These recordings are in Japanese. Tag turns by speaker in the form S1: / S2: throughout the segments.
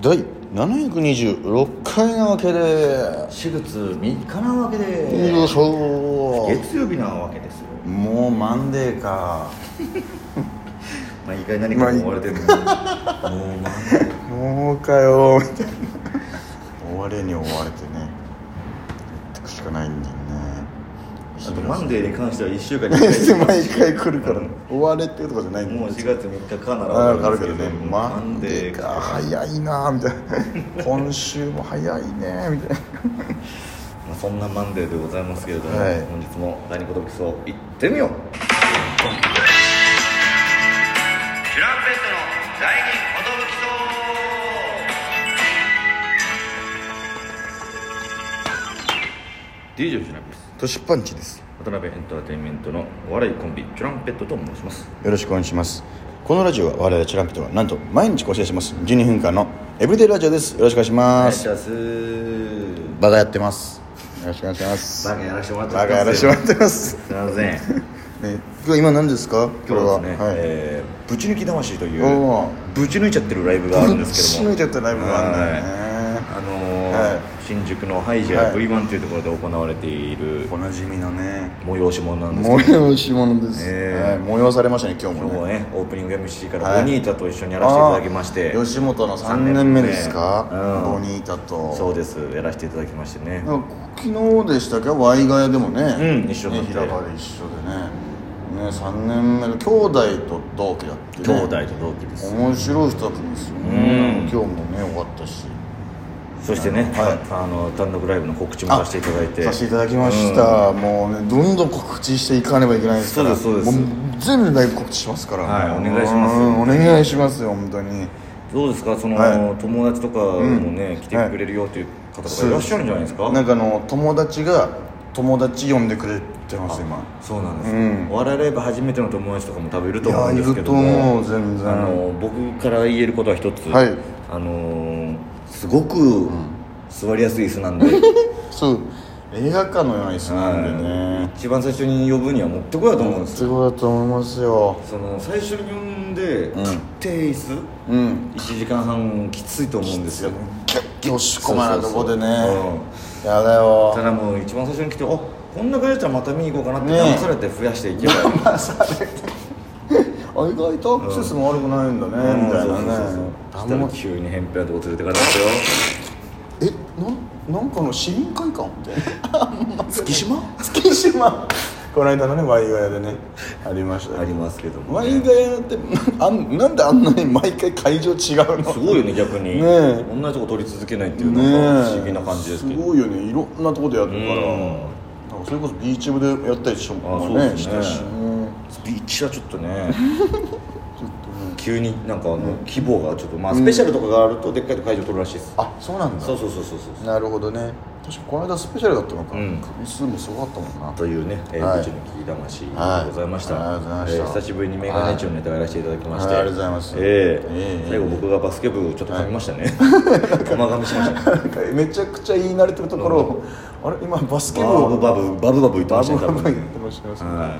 S1: 第726回なわけで
S2: 4月3日なわけで
S1: よいしょ
S2: 月曜日なわけですよ
S1: もうマンデーか
S2: 毎回何か思われてるのにもうまあ
S1: もうかよみたいな追われに追われてねやってくしかないんだよね
S2: あとマンデーに関しては1週間に1回
S1: 毎回来るから追われてるとかじゃないんだ
S2: もう
S1: よ
S2: 4月3日かなら
S1: あ
S2: わ
S1: 分か
S2: か
S1: る
S2: る
S1: けどね
S2: もう
S1: マンデーか早いなみたいな今週も早いねみたい
S2: まあ、そんなマンデーでございますけれども、
S1: はい
S2: 本日も第二言武器層行ってみようチュランペットの第二言武器層 DJ 藤波です
S1: な年パンチです
S2: 渡辺エンターテインメントのお笑いコンビチュランペットと申します
S1: よろしくお願いしますこのラジオは我々チュランペットがなんと毎日更新してます12分間のエブリデイラジオですよろしくお願いし
S2: お願
S1: ま
S2: いし
S1: す
S2: ます
S1: バカやってますよろしくお願いします
S2: バカやらしてもらって
S1: バカやらして
S2: ま
S1: もらってます
S2: すすいません
S1: ね今日今何ですか
S2: 今日はですね、
S1: これははい
S2: えーぶち抜き魂とい
S1: お
S2: うぶち抜いちゃってるライブがあるんですけども
S1: ぶち抜いちゃってるライブがあるんだよね
S2: はいあのー
S1: はい
S2: 新宿のハイジャー V1 というところで行われている
S1: おなじみのね
S2: 催し物なんですけど
S1: 催し物です、
S2: ええ
S1: はい催されましたね今日
S2: 今日
S1: も
S2: は
S1: ね
S2: ねオープニング MC か
S1: は
S2: ら
S1: い
S2: ボニータと一緒にやらせていただきまして、
S1: あー吉本の3
S2: 三年
S1: 年目
S2: 目
S1: ですか、
S2: うん
S1: ボニータと
S2: そうですやらせていただきましてね
S1: なんか昨日でしたっけワイガヤでもね、
S2: うん一緒に
S1: ね
S2: な
S1: 平
S2: って
S1: 場で一緒でねね3年目の兄弟と同期だって、ね、
S2: 兄弟と同期です
S1: 面白い人たちですよね、今日もね終わったし
S2: そしてね、
S1: はい
S2: あの単独ライブの告知もさせていただいて
S1: させていただきました、もうねどんどん告知していかねばいけないですから
S2: そうですそうです
S1: も全部ライブ告知しますから、
S2: はい
S1: もう
S2: お願いします
S1: うんお願いしますよ本当に
S2: どうですかその、
S1: は
S2: 友達とかもね、来てくれるよという方とかいらっしゃるんじゃないですか
S1: なんかあの友達が友達呼んでくれてます今
S2: そうなんです、お笑いライブ初めての友達とかも多分いると
S1: い
S2: 思
S1: や
S2: うん
S1: い
S2: ですけ
S1: ると
S2: ども
S1: 思う全然
S2: あの僕から言えることは一つ、
S1: はい
S2: あのすごく、座りやすい椅子なんで、
S1: そう映画館のような椅子なんでね、
S2: 一番最初に呼ぶには持ってこようと思うんです
S1: す
S2: よ
S1: ごいだと思いますよ
S2: その最初に呼んで、買って椅子
S1: うん
S2: 1時間半きついと思うんですよ
S1: ギュッギュッ押し込まないとこでね
S2: そうそうそう
S1: やだ
S2: た
S1: よ
S2: だもう一番最初に来てあこんな感じだったらまた見に行こうかなって
S1: ねえ
S2: 騙されて増やしていけばいい、
S1: あ意外とアクセスも悪くないんだね、みたいなね
S2: そ
S1: あ
S2: し
S1: ん
S2: たら
S1: ま
S2: 急に扁平なとこ連れてかれますよ
S1: えなんなんかの市民会館みたい
S2: 月島
S1: な 月島この間のねワイガヤでねありました
S2: あ
S1: よ
S2: りますけども、
S1: ワ
S2: ね
S1: イ、ガヤってあんなんであんなに毎回会場違うの
S2: すごいよね逆
S1: ね
S2: に、
S1: え
S2: 同じとこ撮り続けないっていう
S1: ね
S2: なんか不思議な感じですけど、
S1: ごいよねいろんなとこでやるから
S2: うん
S1: なんかそれこそビーチ部でやったりし
S2: あ
S1: も
S2: そう
S1: ね
S2: ですね
S1: したしね
S2: ビーチはちょっと ね急になんかあの規模がちょっとまあスペシャルとかがあるとでっかいと会場撮るらしいです、
S1: あそうなんだ
S2: そうそうそうそうそう
S1: なるほどね確かこの間スペシャルだったのか、
S2: うん
S1: 回数もすごかったもんな
S2: というね、えー
S1: はい
S2: 無事の聞き魂でございました,、
S1: はいありがとうございました
S2: えー久しぶりにメガネチのネタをやらせていただきまして、
S1: はいありがとうございます
S2: えー
S1: ええ
S2: 最後僕がバスケ部ちょっと噛みましたね、 甘噛みしましたね
S1: なんか めちゃくちゃ言い慣れてるところを、あれ今バスケ部
S2: バブ
S1: を
S2: バブバブバブ言って
S1: バ
S2: ました
S1: ブ
S2: ね
S1: バブ
S2: 多
S1: 言
S2: 分
S1: ってましたよ
S2: は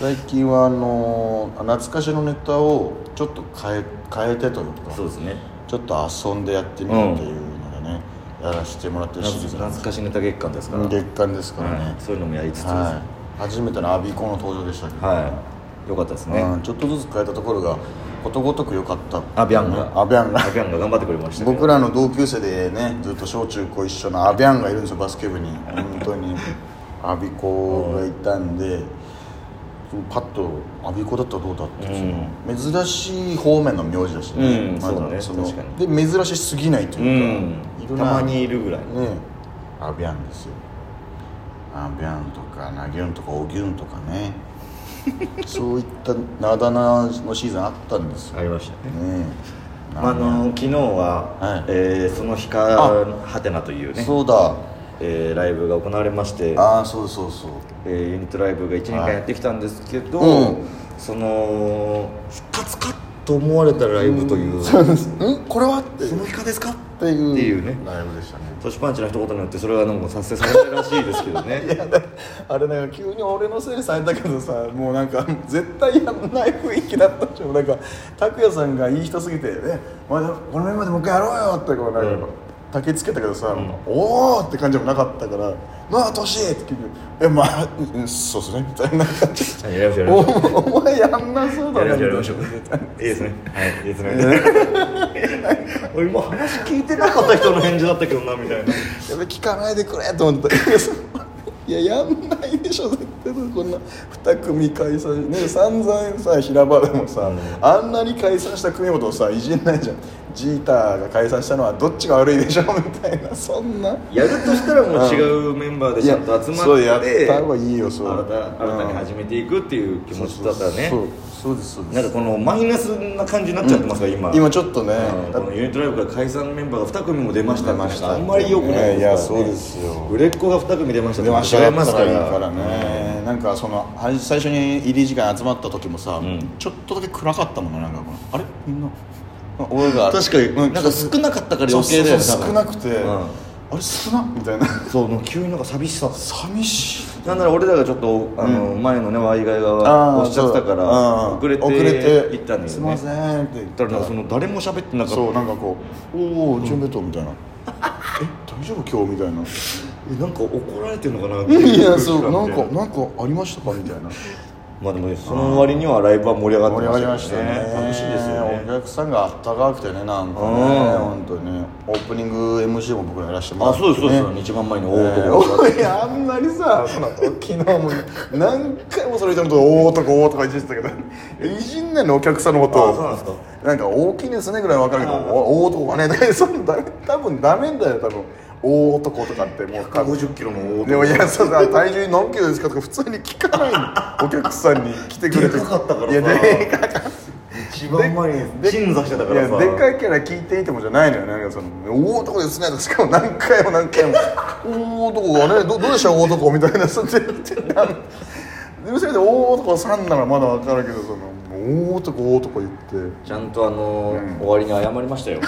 S1: 最近はあのー懐かしのネタをちょっと変え変えてというか
S2: いそうですね
S1: ちょっと遊んでやってみるっていうのがね、やらせてもらってるシリーズな
S2: 懐
S1: んです
S2: かしネタ月間ですから、
S1: 月間ですからね
S2: はい、そういうのもやりつつです、
S1: はい、初めてのアビコの登場でしたけど、
S2: はい、よかったですね、
S1: うんちょっとずつ変えたところがことごとく良かった
S2: アビャンが
S1: アビャンが
S2: アビャンが頑張ってくれましたけど
S1: 僕らの同級生でねずっと小中高一緒のアビャンがいるんですよバスケ部に本当にアビコがいたんでパッとアビコだったらどうだって、その珍しい方面の名字だし
S2: うん
S1: まだ
S2: そうだね
S1: の
S2: 確か
S1: で珍しすぎないと
S2: う
S1: い
S2: ん
S1: うか、い、
S2: たまにいるぐらい
S1: ねアビャンですよアビャンとかナギュンとかオギュンとか ねそういったあだ名のシーズンあったんですよね
S2: ありましたね
S1: え
S2: まあ、あの昨日は、
S1: はい
S2: えーその日からハテナというね、
S1: そうだ
S2: えーライブが行われまして、
S1: ああそうそうそう
S2: えーユニットライブが1年間やってきたんですけど、
S1: うん
S2: その復活かと思われたライブという、
S1: んこれはって
S2: そのイカですか
S1: っていう
S2: っていうね
S1: ライブでしたね
S2: 年パンチの一言によってそれはなんか達成されないらしいですけどね
S1: あれなんか急に俺のせいにされたけどさもうなんか絶対やんない雰囲気だったでしょなんか拓哉さんがいい人すぎて「えお前このメンバーでもう一回やろうよ」ってこうなんか、たけつけたけどさ、おおって感じもなかったから「なあ年!」って聞いて「えまあうんそうっすね」みたいな感じ
S2: はいやりましょうやりましょう
S1: お前やんなそうだな
S2: やりましょうやりま
S1: み
S2: した
S1: い
S2: ょう
S1: ない
S2: いですねはいいいですね俺もう話聞いてなかった人の返事だったけどなみたいな
S1: やべ聞かないでくれと思って たいややんないでしょ絶対こんな2組解散ね散々さ平場でもさ、あんなに解散した組元をさいじんないじゃんジーターが解散したのはどっちが悪いでしょ みたいなそんな
S2: やるとしたらもう違うメンバーでちゃんと集ま
S1: そうや
S2: っ
S1: ってた方がいいよそう
S2: 新た新たに始めていくっていう気持ちだったらね
S1: そうそうそうですそうで
S2: なん
S1: す
S2: かこのマイナスな感じになっちゃってますから、今
S1: 今ちょっとね、
S2: うんこのユニットライブから解散メンバーが2組も出ましたって
S1: 出ました
S2: あんまり良くない
S1: いやそうですよ
S2: 売れっ子が2組出ました
S1: 出ました
S2: 出
S1: やっ
S2: ま
S1: た
S2: す
S1: か
S2: から
S1: いい
S2: ら
S1: からね、なんかそのはじ最初に入り時間集まった時もさ、ちょっとだけ暗かったもんねなんかこのあれみんなあ俺が
S2: 確かになんか
S1: そう
S2: 少なかったから余計だよね
S1: そうそう少なくて、
S2: うん
S1: あれ少なみたいな
S2: そうもう急になんか寂しさ
S1: 寂しい
S2: なんなら俺らがちょっとあの、前のねワイガイ
S1: あ
S2: が
S1: ー
S2: 押しちゃってたから
S1: そううん
S2: 遅れて行ったんだよね
S1: すいませんって言った
S2: だかららなんかその誰も喋ってなかった
S1: そうなんかこう「おお準備と」みたいな「え大丈夫今日」みたいな「
S2: えなんか怒られてんのかなって
S1: いやそう なん
S2: み
S1: か
S2: たい
S1: なんかありましたか?」みたいな
S2: まあでもねその割にはライブは盛り上がっ
S1: 盛
S2: て
S1: り上がりましたね
S2: 楽しいですよ
S1: お
S2: ね
S1: 客さんがあったかくてねなんかね本当にオープニング MC も僕らやらせてもら
S2: あ
S1: って、ね、
S2: そうですそうです、一番前 の大男が
S1: おいあんまりさその昨日も何回もそれ人のこと大男大男いじってたけどいじんないのお客さんのこと
S2: あそうなんですか
S1: なんか大きいですねぐらいわかるけどお大男はねだからそのだ多分ダメだよ多分大男とかってもう多分
S2: 150キロの大男
S1: でもいやそうだ体重何キロですかとか普通に聞かないのお客さんに来てくれて
S2: でかかったからさ
S1: いやでか
S2: 一番前に鎮座してた
S1: い
S2: から
S1: や
S2: さ
S1: でっかいキャラ聞いていてもじゃないのよなんかその「大男ですね」とか しかも何回も何回も「大男がねどどうでした大男」みたいなそんなでせめて大男さんならまだ分かるけどその「大男大男」言って
S2: ちゃんとあのー終わりに謝りましたよ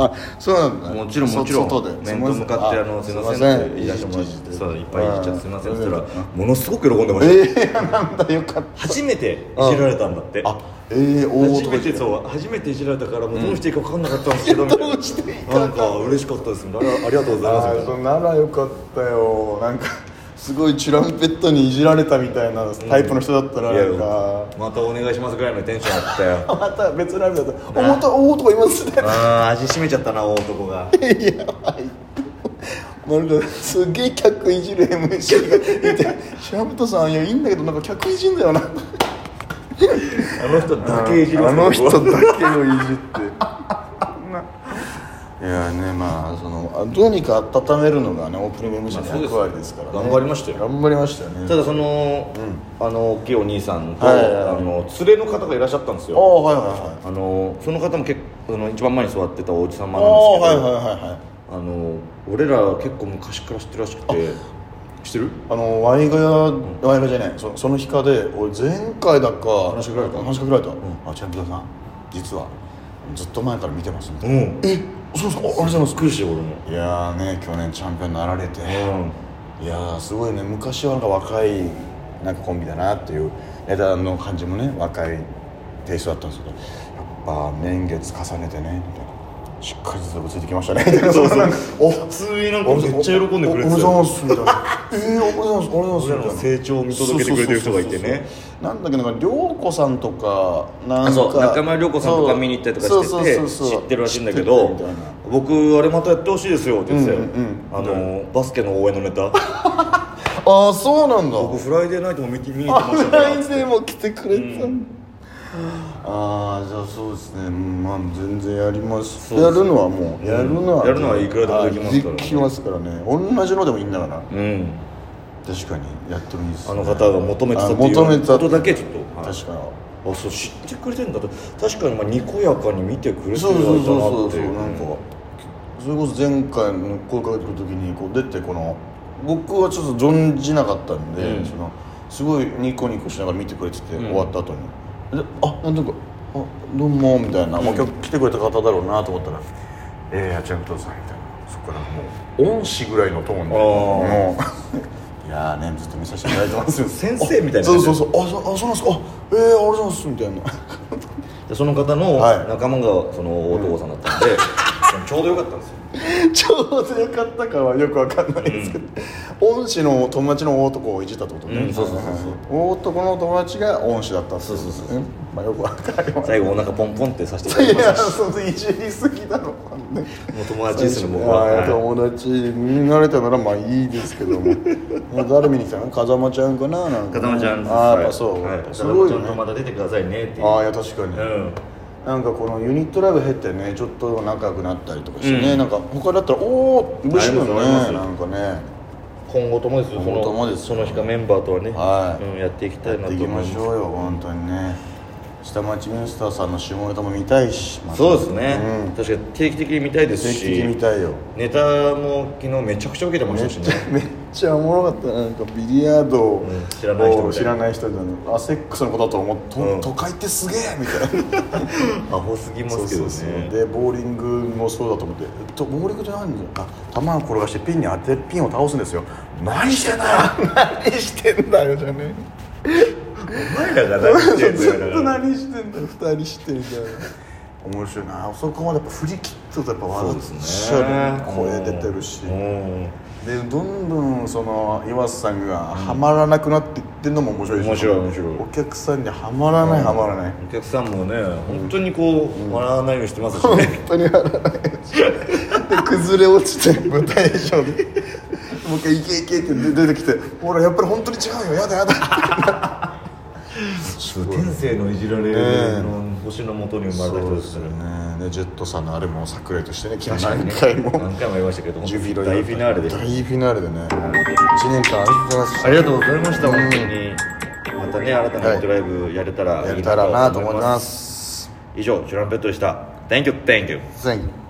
S1: あそうなんだ
S2: もちろんもちろん
S1: そ外ですい
S2: 面
S1: ま
S2: と
S1: せん
S2: 向かってあのすいませんって言い出してもらっ
S1: いじ
S2: て
S1: いじ
S2: そういっぱいいじっちゃってすいませんって言った
S1: あ
S2: らものすごく喜んでま
S1: え
S2: した
S1: えなんだよかった
S2: 初めていじられたんだって
S1: あええ大
S2: 初
S1: 男
S2: めて
S1: う
S2: そう初めていじられたからもうどうしていいか分かんなかったんですけどみたい な
S1: どうしていいか
S2: なんか嬉しかったですみたいなあありがとうございます
S1: あ
S2: みた
S1: あ
S2: いな
S1: そうならよかったよなんかすごいチュランペットにいじられたみたいなタイプの人だったら
S2: い
S1: なん
S2: や
S1: か、
S2: またお願いしますぐらいのテンションだっ たよ
S1: また別ライブだと「おもたおお」とか言いますね
S2: あー味しめちゃったな大男が
S1: なんかすげえ客いじる MC がいて「シャブトさんいやいいんだけどなんか客いじんだよな」
S2: あの人だけいじります
S1: あ
S2: ね
S1: の人
S2: 僕は
S1: だけをいじっていやねまあそのあどうにか温めるのがねオープニング MC の役割ですからね
S2: 頑張りましたよ
S1: 頑張りましたよね
S2: ただその、あの大きいお兄さんと、
S1: はいはいはい
S2: あの連れの方がいらっしゃったんです
S1: ああ
S2: よ
S1: はいはいはい
S2: あのその方も結構その一番前に座ってたおじさ
S1: ああ
S2: まなんですけど
S1: はいはいはいはい
S2: あの俺ら結構昔から知ってるらしくて知ってる
S1: あのワイガヤ、ワイガヤじゃないそその日かで俺前回だか話しかけられた話しかけられた、あチャンピオンさん実はずっと前から見てますみたいな、
S2: ん
S1: えそうそうあありがとうございます
S2: 美しい俺も
S1: いやーね去年チャンピオンになられて、
S2: うん
S1: いやーすごいね昔はなんか若いなんかコンビだなっていう枝の感じもね若いテイストだったんですけどやっぱ年月重ねてねみたいなしっかりとついてきましたね そうそうなんかお
S2: 普通になんかめっちゃ喜んでくれて
S1: おおおめでとうご
S2: たよ
S1: ざいますみたいなえー、おめでとうございますおめでとうござい
S2: 俺ら
S1: ま
S2: の
S1: す
S2: 成長を見届けてくれてる人がいてね
S1: なんだっけどなんか涼子さんとかなんか
S2: あそう中村涼子さんとか見に行ったりとかしてて
S1: そうそうそうそう
S2: 知ってるらしいんだけど
S1: 知ってるみたいな
S2: 僕あれまたやってほしいですよって言ってたよ、
S1: うんうん
S2: あのバスケの応援のネタ
S1: ああそうなんだ
S2: 僕フライデーナイトも見て見に行ってました
S1: オン
S2: から
S1: ラインでも来てくれたんだ、ああじゃあそうですねうんまあ全然やります
S2: そう
S1: や
S2: ですね
S1: るのはもうやるのは、
S2: やるのはいくらでもできますからね
S1: あーできますからね同じのでもいいんだから
S2: うん
S1: 確かにやってもいいです、ね、
S2: あの方が求めてた
S1: あ
S2: っていう
S1: 求めてた
S2: ことだけちょっと、はい
S1: 確かに
S2: あそう知ってくれてんだと確かにまあにこやかに見てくれて
S1: そう
S2: る
S1: そうそうそう
S2: 相手
S1: そう
S2: だな
S1: なん
S2: って
S1: か
S2: いう
S1: それこそ前回の声かけてくる時にこう出てこの僕はちょっと存じなかったんで、
S2: うん
S1: そのすごいニコニコしながら見てくれてて、終わった後にであなんとかあどうも」みたいな、まあ、今日来てくれた方だろうなと思ったら「ええあちらこそさん」みたいなそっからもう恩師ぐらいのトーンで
S2: あー
S1: もう いやーねずっと見させていただいてますよ
S2: 先生みたいな
S1: そうそうそうあそあそうなんですかあええありがとうございますみたいな
S2: でその方の
S1: はい
S2: 仲間がその大友さんだ ったんで、ちょうどよかったんですよ
S1: ちょうどよかったかはよくわかんないですけど、恩師の友達の大男をいじったってことね、
S2: うんそうそうそうそう
S1: 大男の友達が恩師だったってこと
S2: そうそう
S1: ねまあよくわかりません
S2: 最後お腹ポンポンってさせていただき
S1: い
S2: ました
S1: や
S2: し
S1: そのいじりすぎだろうね
S2: もう友達ですね僕は、
S1: はい
S2: はい
S1: 友達になれたならまあいいですけど ももう誰見に来たの風間ちゃんかななんか
S2: 風間ちゃんです
S1: ああやっぱそう、
S2: はい、
S1: すごい
S2: 風
S1: よ
S2: 間ちゃんと
S1: ね
S2: また出てくださいねっていう
S1: ああいや確かに、
S2: うん
S1: なんかこのユニットライブ減ってねちょっと仲良くなったりとかしてね、なんか他だったらおお嬉しいよね
S2: ありますあります
S1: なんかね
S2: 今後ともですよそ
S1: 今後とも
S2: の
S1: です
S2: その日かメンバーとはね、
S1: はい
S2: うん、やっていきたいなと
S1: 行き
S2: 思いま
S1: ますしょうよ本当にね下町ミュースターさんの下ネタも見たいし、また
S2: そうですね、
S1: うん
S2: 確かに定期的に見たいです
S1: 定
S2: し
S1: 期的に見たいよ
S2: ネタも昨日めちゃくちゃ受けてましたしね
S1: めっちゃおもろかったなんかビリヤードを
S2: うん知らない人みたいな
S1: 知らない人でアセックスのことだと思って、
S2: うん
S1: 都会ってすげえみたいな
S2: アホすぎますけどね
S1: でボーリングもそうだと思ってえっとボーリングじゃないんだよあ球を転がしてピンに当てピンを倒すんですよ何してんだよ何してんだよじゃね
S2: お前らが何言ってん の
S1: ずっ
S2: よだか
S1: と
S2: ら
S1: 何してんだよ二人してみたいな面白いなあそこまでやっぱ振り切ってたらやっぱ
S2: そ
S1: 笑
S2: う
S1: っ
S2: です
S1: ち
S2: ね
S1: ゃう声出てるし、
S2: うん
S1: でどんどんその岩瀬さんがハマらなくなっていってんのも面白いでしょ
S2: 面白い面白い
S1: お客さんにはまらないはまらない
S2: お客さんもね本当にこう、笑わないようにしてますしね、
S1: 本当にはまらないで崩れ落ちて舞台上でもう一回「いけいけ」って出てきて「ほらやっぱり本当に違うよやだやだ」 すごい
S2: 天性のいじられの星のもとに生まれた人ですからね
S1: ねでジェットさんのあれも桜井としてね来ま
S2: 確
S1: した
S2: かに
S1: 何回
S2: ね
S1: も
S2: 何回も言いましたけど
S1: ジュビロ
S2: 大フィナーレで
S1: 大フィナーレでね1年間ありがとうございます
S2: ありがとうございました本当にまたね新たなドライブやれたらいい
S1: や
S2: な
S1: れたらなと思います
S2: 以上チュランペットでした Thank you, thank you
S1: Thank you.